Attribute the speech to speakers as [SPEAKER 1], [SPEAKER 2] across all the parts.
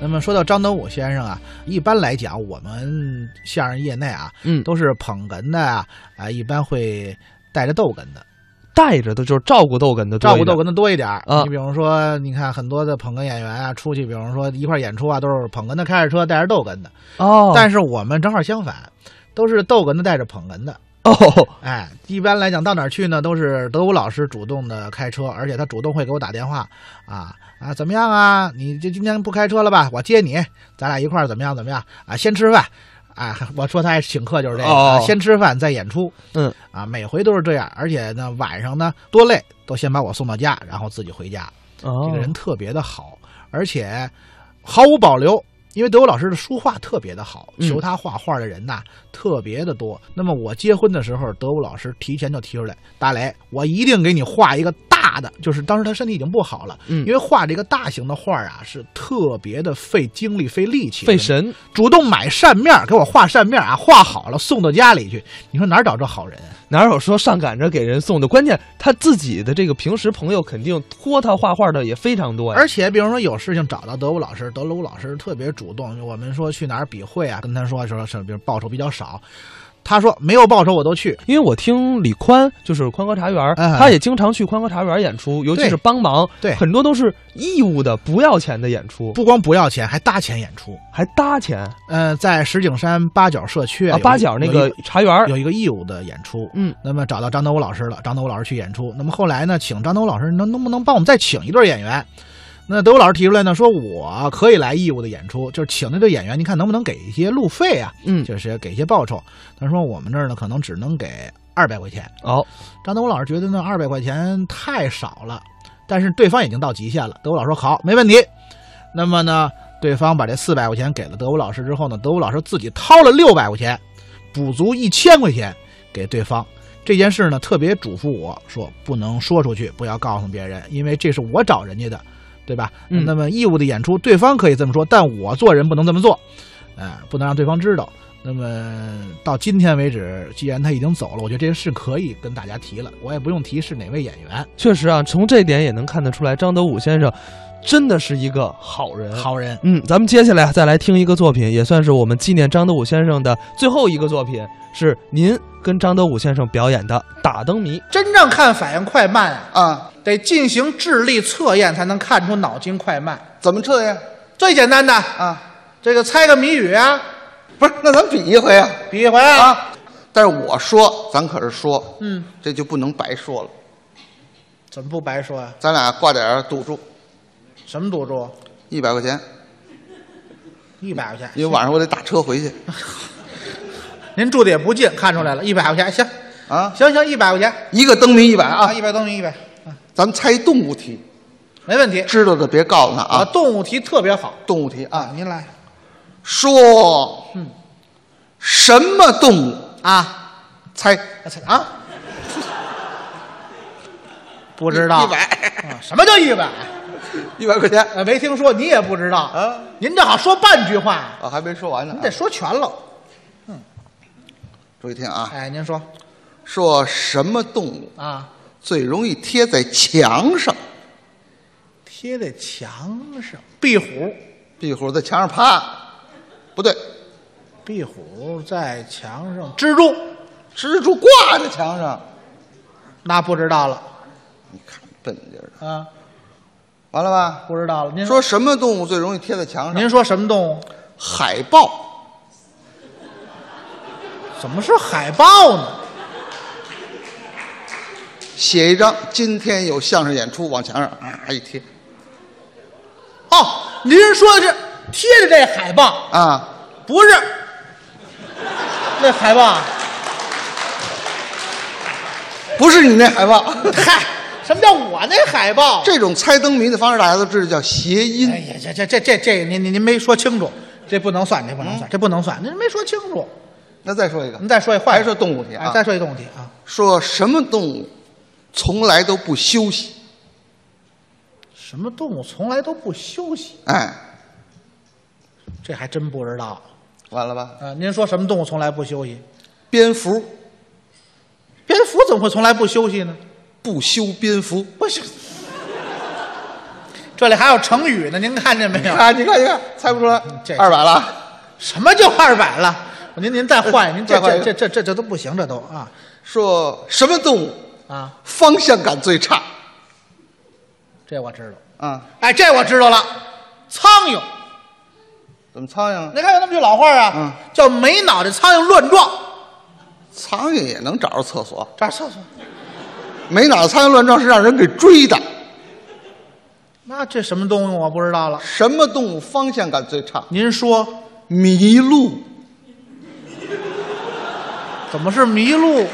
[SPEAKER 1] 那么说到张灯武先生啊，一般来讲，我们相声业内啊，
[SPEAKER 2] 嗯，
[SPEAKER 1] 都是捧哏的啊，啊，一般会带着逗哏的，
[SPEAKER 2] 带着的就是照顾逗哏的多
[SPEAKER 1] 照
[SPEAKER 2] 一
[SPEAKER 1] 顾
[SPEAKER 2] 点，
[SPEAKER 1] 逗哏的多一点儿。
[SPEAKER 2] 啊
[SPEAKER 1] 你比如说，你看很多的捧哏演员啊，出去，比如说一块儿演出啊，都是捧哏的开着车带着逗哏的。
[SPEAKER 2] 哦，
[SPEAKER 1] 但是我们正好相反，都是逗哏的带着捧哏的。
[SPEAKER 2] 哦，
[SPEAKER 1] 哎，一般来讲到哪儿去呢，都是德武老师主动的开车，而且他主动会给我打电话啊啊，怎么样啊？你就今天不开车了吧？我接你，咱俩一块儿怎么样？怎么样啊？先吃饭。啊，我说他爱请客就是这个，
[SPEAKER 2] 哦
[SPEAKER 1] 啊先吃饭再演出。
[SPEAKER 2] 嗯，
[SPEAKER 1] 啊，每回都是这样，而且呢，晚上呢多累，都先把我送到家，然后自己回家。
[SPEAKER 2] 哦，
[SPEAKER 1] 这个人特别的好，而且毫无保留。因为德国老师的书画特别的好，
[SPEAKER 2] 嗯
[SPEAKER 1] 求他画画的人呐、特别的多。那么我结婚的时候，德国老师提前就提出来，大雷，我一定给你画一个大的，就是当时他身体已经不好了，因
[SPEAKER 2] 嗯
[SPEAKER 1] 为画这个大型的画啊是特别的费精力、费力气、
[SPEAKER 2] 费。神，
[SPEAKER 1] 主动买扇面儿给我画扇面儿啊，画好了送到家里去。你说哪儿找这好人？
[SPEAKER 2] 哪有说上赶着给人送的？关键他自己的这个平时朋友肯定托他画画的也非常多呀。
[SPEAKER 1] 而且，比如说有事情找到德武老师，德鲁老师特别主动。我们说去哪儿比会啊，跟他说说是，比如报酬比较少，他说没有报酬我都去。
[SPEAKER 2] 因为我听李宽，就是宽哥茶园儿，
[SPEAKER 1] 哎
[SPEAKER 2] 他也经常去宽哥茶园儿演出，尤其
[SPEAKER 1] 对
[SPEAKER 2] 是帮忙，
[SPEAKER 1] 对
[SPEAKER 2] 很多都是义务的，不要钱的演出，
[SPEAKER 1] 不光不要钱，还搭钱演出。
[SPEAKER 2] 还搭钱
[SPEAKER 1] 呃，在石景山八角社区
[SPEAKER 2] 啊！
[SPEAKER 1] 有一
[SPEAKER 2] 八角那
[SPEAKER 1] 有一
[SPEAKER 2] 个茶园儿，
[SPEAKER 1] 有一个义务的演出，
[SPEAKER 2] 嗯，
[SPEAKER 1] 那么找到张德武老师了，张德武老师去演出。那么后来呢，请张德武老师能能不能帮我们再请一对演员？那德武老师提出来呢，说我可以来义务的演出，就是请这对演员，您看能不能给一些路费啊？
[SPEAKER 2] 嗯，
[SPEAKER 1] 就是给一些报酬。他说我们这儿呢，可能只能给二百块钱。
[SPEAKER 2] 哦，
[SPEAKER 1] 张德武老师觉得呢，二百块钱太少了，但是对方已经到极限了。德武老师说好，没问题。那么呢，对方把这四百块钱给了德武老师之后呢，德武老师自己掏了六百块钱，补足一千块钱给对方。这件事呢，特别嘱咐我说，不能说出去，不要告诉别人，因为这是我找人家的，对吧？
[SPEAKER 2] 嗯
[SPEAKER 1] 那么义务的演出，对方可以这么说，但我做人不能这么做，呃，不能让对方知道。那么到今天为止，既然他已经走了，我觉得这件事可以跟大家提了，我也不用提是哪位演员，
[SPEAKER 2] 确实啊，从这点也能看得出来，张德武先生真的是一个好人。，
[SPEAKER 1] 好人。
[SPEAKER 2] 嗯，咱们接下来再来听一个作品，也算是我们纪念张德武先生的最后一个作品，是您跟张德武先生表演的《打灯谜》。
[SPEAKER 1] 真正看反应快慢啊，
[SPEAKER 3] 啊，
[SPEAKER 1] 得进行智力测验才能看出脑筋快慢。
[SPEAKER 3] 怎么这样
[SPEAKER 1] 最简单的，
[SPEAKER 3] 啊？
[SPEAKER 1] 这个猜个谜语啊，
[SPEAKER 3] 不是，那咱比一回啊
[SPEAKER 1] 比一回啊。
[SPEAKER 3] 啊！但是我说，咱可是说，
[SPEAKER 1] 嗯，
[SPEAKER 3] 这就不能白说了，
[SPEAKER 1] 怎么不白说啊？
[SPEAKER 3] 咱俩挂点儿赌注，
[SPEAKER 1] 什么赌注？
[SPEAKER 3] 一百块钱，
[SPEAKER 1] 一百块钱。
[SPEAKER 3] 因为晚上我得打车回去
[SPEAKER 1] 您住的也不近，看出来了，一百块钱。行，
[SPEAKER 3] 啊。
[SPEAKER 1] 行行，一百块钱
[SPEAKER 3] 一个灯谜一百啊，
[SPEAKER 1] 一百等于一百，啊
[SPEAKER 3] 咱们猜动物题，
[SPEAKER 1] 没问题。
[SPEAKER 3] 知道的别告诉他啊。
[SPEAKER 1] 动物题特别好
[SPEAKER 3] 动物题啊，
[SPEAKER 1] 您来嗯
[SPEAKER 3] 说，什么动物？
[SPEAKER 1] 啊
[SPEAKER 3] 猜，
[SPEAKER 1] 啊！ 不知
[SPEAKER 3] 一
[SPEAKER 1] 道
[SPEAKER 3] 一百，
[SPEAKER 1] 啊什么叫一百？
[SPEAKER 3] 一百块钱
[SPEAKER 1] 呃，没听说，你也不知道
[SPEAKER 3] 啊？
[SPEAKER 1] 您这好说半句话，
[SPEAKER 3] 啊，还没说完呢、
[SPEAKER 1] 您
[SPEAKER 3] 啊
[SPEAKER 1] 得。说全了。
[SPEAKER 3] 注意听啊，
[SPEAKER 1] 哎，您说
[SPEAKER 3] 说什么动物
[SPEAKER 1] 啊，
[SPEAKER 3] 最容易贴在墙上？
[SPEAKER 1] 贴在墙上，壁虎，
[SPEAKER 3] 壁虎在墙上趴，不对，
[SPEAKER 1] 壁虎在墙上，蜘蛛
[SPEAKER 3] 蜘蛛挂在墙上，
[SPEAKER 1] 那不知道了
[SPEAKER 3] 你看笨劲儿的，
[SPEAKER 1] 啊，
[SPEAKER 3] 完了吧？
[SPEAKER 1] 不知道了。您
[SPEAKER 3] 说什么动物最容易贴在墙上？
[SPEAKER 1] 您说什么动物？
[SPEAKER 3] 海豹，
[SPEAKER 1] 怎么是海豹呢？
[SPEAKER 3] 写一张，今天有相声演出，往墙上啊一贴
[SPEAKER 1] 哦，您说的是贴着这海报，
[SPEAKER 3] 啊，
[SPEAKER 1] 不是那海报啊？
[SPEAKER 3] 不是你那海豹。
[SPEAKER 1] 嗨，什么叫我那海报？
[SPEAKER 3] 这种猜灯谜的方式，大家都知道叫谐
[SPEAKER 1] 哎
[SPEAKER 3] 音。
[SPEAKER 1] 呀，这这这这这，您您您没说清楚，这不能算，这不能算，这不能算，您没说清楚。
[SPEAKER 3] 那再说一个
[SPEAKER 1] 您，再说一换一
[SPEAKER 3] 还
[SPEAKER 1] 个，
[SPEAKER 3] 说动物题
[SPEAKER 1] 哎
[SPEAKER 3] 啊？
[SPEAKER 1] 再说一动物题啊，
[SPEAKER 3] 说什么动物从来都不休息？
[SPEAKER 1] 什么动物从来都不休息？
[SPEAKER 3] 哎，
[SPEAKER 1] 这还真不知道
[SPEAKER 3] 完了吧？
[SPEAKER 1] 啊。您说什么动物从来不休息？
[SPEAKER 3] 蝙蝠
[SPEAKER 1] 蝙蝠怎么会从来不休息呢？
[SPEAKER 3] 不修边幅，
[SPEAKER 1] 不休，这里还有成语呢，您看见没有？
[SPEAKER 3] 啊，你看，你看，猜不出来
[SPEAKER 1] 这，
[SPEAKER 3] 二百了，
[SPEAKER 1] 什么就二百了？您您再换， 您这
[SPEAKER 3] 再换一
[SPEAKER 1] 这
[SPEAKER 3] 个
[SPEAKER 1] 这这这这都不行，这都啊
[SPEAKER 3] 说什么动物
[SPEAKER 1] 啊，
[SPEAKER 3] 方向感最差？
[SPEAKER 1] 这我知道。
[SPEAKER 3] 啊，
[SPEAKER 1] 哎，这我知道了，苍蝇。
[SPEAKER 3] 怎么苍蝇？
[SPEAKER 1] 你看有那么句老话啊，
[SPEAKER 3] 嗯
[SPEAKER 1] 叫没脑袋苍蝇乱撞。
[SPEAKER 3] 苍蝇也能找着厕所，
[SPEAKER 1] 这儿厕所，
[SPEAKER 3] 没脑苍蝇乱撞是让人给追的。
[SPEAKER 1] 那这什么东西我不知道了。
[SPEAKER 3] 什么动物方向感最差？
[SPEAKER 1] 您说
[SPEAKER 3] 麋鹿。
[SPEAKER 1] 怎么是麋鹿？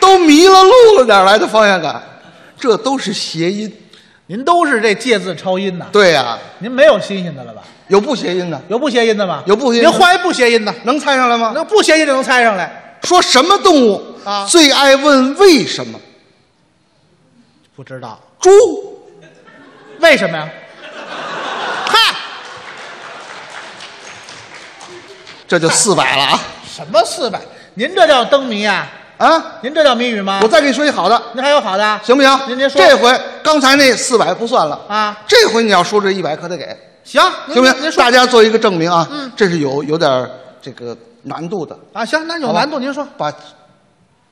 [SPEAKER 3] 都迷了路了，哪儿来的方向感？这都是谐音。
[SPEAKER 1] 您都是这借字抄音呐？
[SPEAKER 3] 对呀、
[SPEAKER 1] 您没有新鲜的了吧？
[SPEAKER 3] 有不谐音的，
[SPEAKER 1] 有不谐音的吗？
[SPEAKER 3] 有不谐音
[SPEAKER 1] 您
[SPEAKER 3] 的
[SPEAKER 1] 换一不谐音的，
[SPEAKER 3] 能猜上来吗？
[SPEAKER 1] 那不谐音就能猜上来？
[SPEAKER 3] 说什么动物
[SPEAKER 1] 啊
[SPEAKER 3] 最爱问为什么？
[SPEAKER 1] 不知道
[SPEAKER 3] 猪，
[SPEAKER 1] 为什么呀？嗨，
[SPEAKER 3] 这就四百了啊！
[SPEAKER 1] 什么四百？您这叫灯谜啊？
[SPEAKER 3] 啊，
[SPEAKER 1] 您这叫谜语吗？
[SPEAKER 3] 我再给你说一好的，
[SPEAKER 1] 您还有好的？
[SPEAKER 3] 行不行？
[SPEAKER 1] 您您说
[SPEAKER 3] 这回刚才那四百不算了
[SPEAKER 1] 啊，
[SPEAKER 3] 这回你要说这一百可得给，
[SPEAKER 1] 行，您
[SPEAKER 3] 行不
[SPEAKER 1] 您您
[SPEAKER 3] 行？
[SPEAKER 1] 说
[SPEAKER 3] 大家做一个证明啊，
[SPEAKER 1] 嗯
[SPEAKER 3] 这是有有点儿这个难度的，
[SPEAKER 1] 啊，行，那有
[SPEAKER 3] 好吧
[SPEAKER 1] 难度，您说
[SPEAKER 3] 把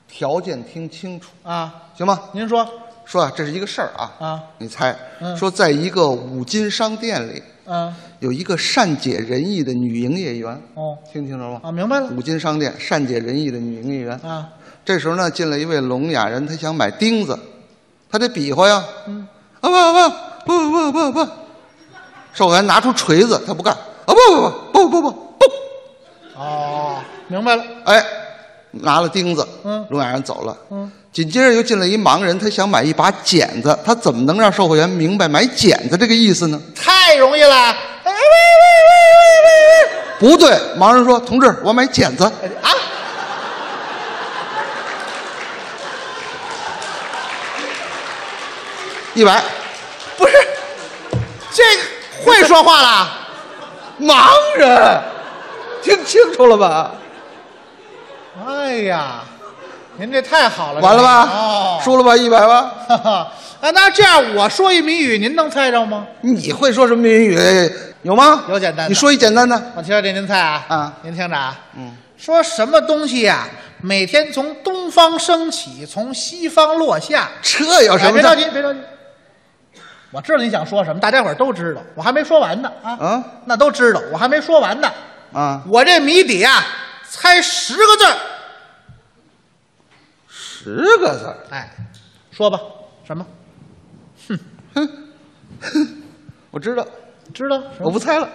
[SPEAKER 3] 条件听清楚，
[SPEAKER 1] 啊，
[SPEAKER 3] 行吗？
[SPEAKER 1] 您说
[SPEAKER 3] 说啊，这是一个事儿啊
[SPEAKER 1] 啊
[SPEAKER 3] 你猜，
[SPEAKER 1] 嗯
[SPEAKER 3] 说在一个五金商店里，
[SPEAKER 1] 嗯
[SPEAKER 3] 有一个善解人意的女营业员，
[SPEAKER 1] 哦
[SPEAKER 3] 听清楚了吗？
[SPEAKER 1] 啊，明白了
[SPEAKER 3] 五金商店善解人意的女营业员，
[SPEAKER 1] 啊，
[SPEAKER 3] 这时候呢，进来一位聋哑人，他想买钉子，他得比划呀，
[SPEAKER 1] 嗯
[SPEAKER 3] 啊不不不不不不，售货员拿出锤子，他不干，啊不不不不不不不，
[SPEAKER 1] 哦，明白了，
[SPEAKER 3] 哎，拿了钉子，
[SPEAKER 1] 嗯
[SPEAKER 3] 聋哑人走了，
[SPEAKER 1] 嗯，
[SPEAKER 3] 紧接着又进来一盲人，他想买一把剪子，他怎么能让售货员明白买剪子这个意思呢？
[SPEAKER 1] 太容易了，哎喂喂喂喂喂
[SPEAKER 3] 不对，盲人说：“同志，我买剪子。
[SPEAKER 1] 喂，啊，
[SPEAKER 3] 一百，
[SPEAKER 1] 不是，这个会说话了，
[SPEAKER 3] 盲人，听清楚了吧？
[SPEAKER 1] 哎呀，您这太好了，
[SPEAKER 3] 完了吧？
[SPEAKER 1] 哦，
[SPEAKER 3] 输了吧？一百吧？
[SPEAKER 1] 哈哈，啊，那这样我说一谜语，您能猜着吗？
[SPEAKER 3] 你会说什么民语？有吗？
[SPEAKER 1] 有简单的
[SPEAKER 3] 你说一简单的。
[SPEAKER 1] 我听着这您猜啊，
[SPEAKER 3] 啊
[SPEAKER 1] 您听着啊，
[SPEAKER 3] 嗯，
[SPEAKER 1] 说什么东西呀、每天从东方升起，从西方落下。
[SPEAKER 3] 这有啊什
[SPEAKER 1] 哎
[SPEAKER 3] 么
[SPEAKER 1] 别
[SPEAKER 3] 的？
[SPEAKER 1] 着急，别着急，我知道你想说什么，大家伙儿都知道，我还没说完呢啊
[SPEAKER 3] 啊
[SPEAKER 1] 那都知道，我还没说完呢。
[SPEAKER 3] 啊，
[SPEAKER 1] 我这谜底啊，猜十个字儿。
[SPEAKER 3] 十个字儿。
[SPEAKER 1] 哎，说吧，什么？
[SPEAKER 3] 我知道，
[SPEAKER 1] 知道？
[SPEAKER 3] 我不猜了。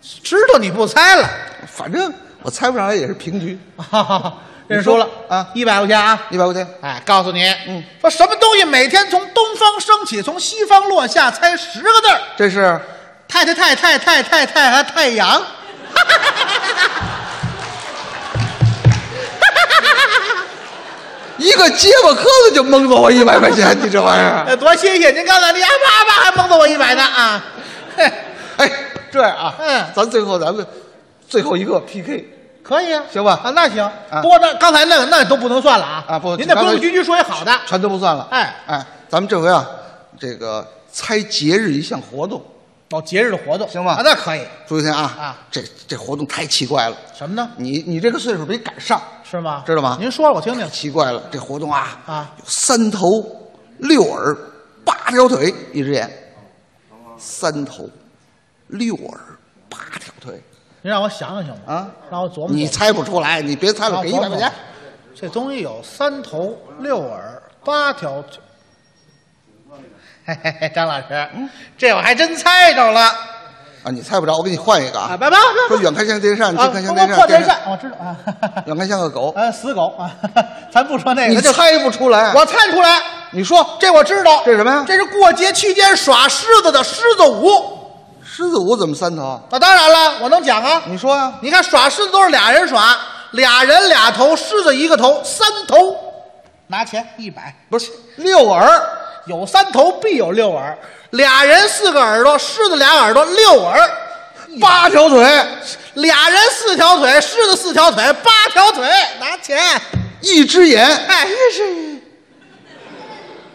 [SPEAKER 1] 知道你不猜了，
[SPEAKER 3] 反正我猜不上来也是平局。
[SPEAKER 1] 哈哈哈，认
[SPEAKER 3] 你
[SPEAKER 1] 输
[SPEAKER 3] 说
[SPEAKER 1] 了
[SPEAKER 3] 啊
[SPEAKER 1] 一百块钱啊。
[SPEAKER 3] 一百块钱，
[SPEAKER 1] 哎，告诉你，
[SPEAKER 3] 嗯，
[SPEAKER 1] 说什么东西每天从东方升起，从西方落下，猜十个字儿。
[SPEAKER 3] 这是
[SPEAKER 1] 太太太太太太太太太阳，
[SPEAKER 3] 一个结巴磕子就蒙走我一百块钱， 你这玩意儿。
[SPEAKER 1] 呃，多新鲜！您刚才那啊吧啊吧还蒙着我一百呢啊！嘿，
[SPEAKER 3] 哎，这样啊，
[SPEAKER 1] 嗯
[SPEAKER 3] 咱最后咱们最后一个 PK，
[SPEAKER 1] 可以啊，
[SPEAKER 3] 行吧
[SPEAKER 1] 啊，那行。不过那刚才那个那都不能算了啊
[SPEAKER 3] 啊不
[SPEAKER 1] 您得
[SPEAKER 3] 刚
[SPEAKER 1] 规
[SPEAKER 3] 才
[SPEAKER 1] 规矩矩说一好的。
[SPEAKER 3] 全都不算了。
[SPEAKER 1] 哎
[SPEAKER 3] 哎，咱们这回啊，这个猜节日一项活动，
[SPEAKER 1] 哦，节日的活动
[SPEAKER 3] 行吧
[SPEAKER 1] 啊，那可以。
[SPEAKER 3] 注意听啊
[SPEAKER 1] 啊，
[SPEAKER 3] 这这活动太奇怪了，
[SPEAKER 1] 什么呢？
[SPEAKER 3] 你你这个岁数得赶上，
[SPEAKER 1] 是吗？
[SPEAKER 3] 知道吗
[SPEAKER 1] 您说，我听听。
[SPEAKER 3] 奇怪了，这活动啊
[SPEAKER 1] 啊
[SPEAKER 3] 有三头六耳八条腿一只眼，
[SPEAKER 1] 哦
[SPEAKER 3] 三头六耳八条腿
[SPEAKER 1] 您让我想想行吗？
[SPEAKER 3] 啊，
[SPEAKER 1] 让我琢磨琢磨。
[SPEAKER 3] 你猜不出来，你别猜
[SPEAKER 1] 让
[SPEAKER 3] 了，
[SPEAKER 1] 我
[SPEAKER 3] 给
[SPEAKER 1] 琢
[SPEAKER 3] 一
[SPEAKER 1] 磨
[SPEAKER 3] 百块
[SPEAKER 1] 琢。磨。
[SPEAKER 3] 钱
[SPEAKER 1] 啊这东西有三头六耳八条 腿。嘿嘿嘿，张老师，这我还真猜着了
[SPEAKER 3] 啊，你猜不着，我给你换一个
[SPEAKER 1] 啊！
[SPEAKER 3] 啊。
[SPEAKER 1] 拜拜拜拜
[SPEAKER 3] 说。远看像电扇，
[SPEAKER 1] 啊，
[SPEAKER 3] 近看像
[SPEAKER 1] 我
[SPEAKER 3] 电扇，
[SPEAKER 1] 破电
[SPEAKER 3] 电扇
[SPEAKER 1] 扇，我知道 啊，
[SPEAKER 3] 远看像个狗，
[SPEAKER 1] 呃，死狗啊， 咱不说那个，
[SPEAKER 3] 你
[SPEAKER 1] 这
[SPEAKER 3] 猜不出来。
[SPEAKER 1] 我猜出来，
[SPEAKER 3] 你说
[SPEAKER 1] 这我知道，
[SPEAKER 3] 这是什么呀
[SPEAKER 1] 这是过节期间耍狮子的狮子舞。
[SPEAKER 3] 狮子舞怎么三头？
[SPEAKER 1] 那当然了，我能讲啊，
[SPEAKER 3] 你说呀、
[SPEAKER 1] 你看耍狮子都是俩人耍，俩人俩头，狮子一个头，三头，拿钱一百，
[SPEAKER 3] 不是六耳，
[SPEAKER 1] 有三头必有六耳，俩人四个耳朵，狮子俩耳朵六耳，
[SPEAKER 3] 八条腿，
[SPEAKER 1] 俩人四条腿，狮子四条腿，八条腿，拿钱，
[SPEAKER 3] 一只眼，
[SPEAKER 1] 哎，这是。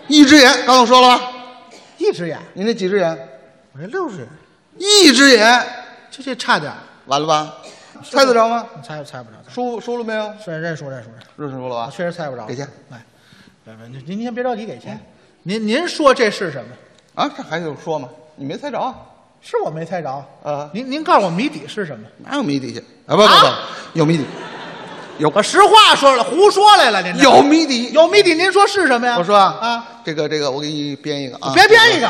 [SPEAKER 3] 一只眼，刚才我说了吧？
[SPEAKER 1] 一只眼，
[SPEAKER 3] 您这几只眼？
[SPEAKER 1] 我这六只眼，
[SPEAKER 3] 一只眼，
[SPEAKER 1] 就这差点儿，
[SPEAKER 3] 完了吧？猜得着吗？
[SPEAKER 1] 你猜猜不着，
[SPEAKER 3] 输输了没有？
[SPEAKER 1] 虽然认输认输认输，
[SPEAKER 3] 认输了
[SPEAKER 1] 我
[SPEAKER 3] 吧？
[SPEAKER 1] 确实猜不着。哎
[SPEAKER 3] 给钱
[SPEAKER 1] 来，来，来您您先别着急给钱，您您说这是什么？
[SPEAKER 3] 啊，这还有说吗？你没猜着啊？
[SPEAKER 1] 是我没猜着
[SPEAKER 3] 啊
[SPEAKER 1] 您您告诉我谜底是什么？
[SPEAKER 3] 哪有谜底去？啊，不不不，有谜底，有
[SPEAKER 1] 我实话说了，胡说来了，您这
[SPEAKER 3] 有谜底。
[SPEAKER 1] 有谜底，您说是什么呀？
[SPEAKER 3] 我说啊
[SPEAKER 1] 啊，，
[SPEAKER 3] 这个这个，我给你编一个啊。
[SPEAKER 1] 别编一个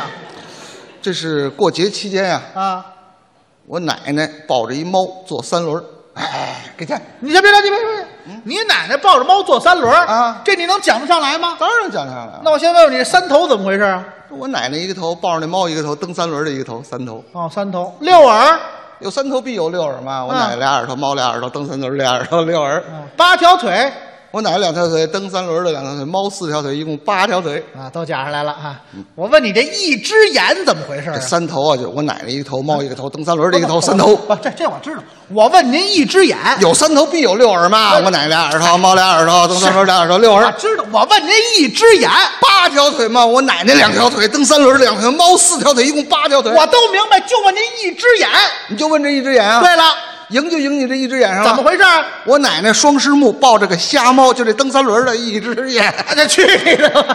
[SPEAKER 3] 这是过节期间呀、
[SPEAKER 1] 啊！
[SPEAKER 3] 我奶奶抱着一猫坐三轮儿，哎，给钱。
[SPEAKER 1] 你先别着急，别别别，你奶奶抱着猫坐三轮儿
[SPEAKER 3] 嗯啊
[SPEAKER 1] 这你能讲得上来吗？
[SPEAKER 3] 当然讲上来
[SPEAKER 1] 那
[SPEAKER 3] 了。
[SPEAKER 1] 我先问问你，这三头怎么回事啊？
[SPEAKER 3] 我奶奶一个头抱着那猫一个头，蹬三轮儿的一个头，三头。
[SPEAKER 1] 哦，三头六耳，
[SPEAKER 3] 有三头必有六耳嘛。我
[SPEAKER 1] 啊
[SPEAKER 3] 奶奶俩耳朵，猫俩耳朵，蹬三轮儿俩耳朵六耳。
[SPEAKER 1] 啊八条腿
[SPEAKER 3] 我奶奶两条腿，蹬三轮儿的两条腿，猫四条腿，一共八条腿。
[SPEAKER 1] 啊，都讲上来了啊！我问你，这一只眼怎么回事啊
[SPEAKER 3] 嗯这？三头啊，就我奶奶一个头，猫一个头，蹬三轮儿的一个头，三头。
[SPEAKER 1] 不，这这我知道。我问您，一只眼
[SPEAKER 3] 有三头必有六耳嘛。我奶奶俩耳朵，猫俩耳朵，蹬三轮儿俩耳朵，六
[SPEAKER 1] 我
[SPEAKER 3] 耳。
[SPEAKER 1] 知道。我问您，一只眼，
[SPEAKER 3] 八条腿嘛，我奶奶两条腿，蹬三轮儿两条腿，猫四条腿，一共八条腿。
[SPEAKER 1] 我都明白，就问您一只眼。
[SPEAKER 3] 你就问这一只眼啊？
[SPEAKER 1] 对了，
[SPEAKER 3] 赢就赢你这一只眼上了。
[SPEAKER 1] 怎么？回事？啊
[SPEAKER 3] 我奶奶双狮目抱着个瞎猫，就这蹬三轮儿的一只眼。
[SPEAKER 1] 那去你的吧！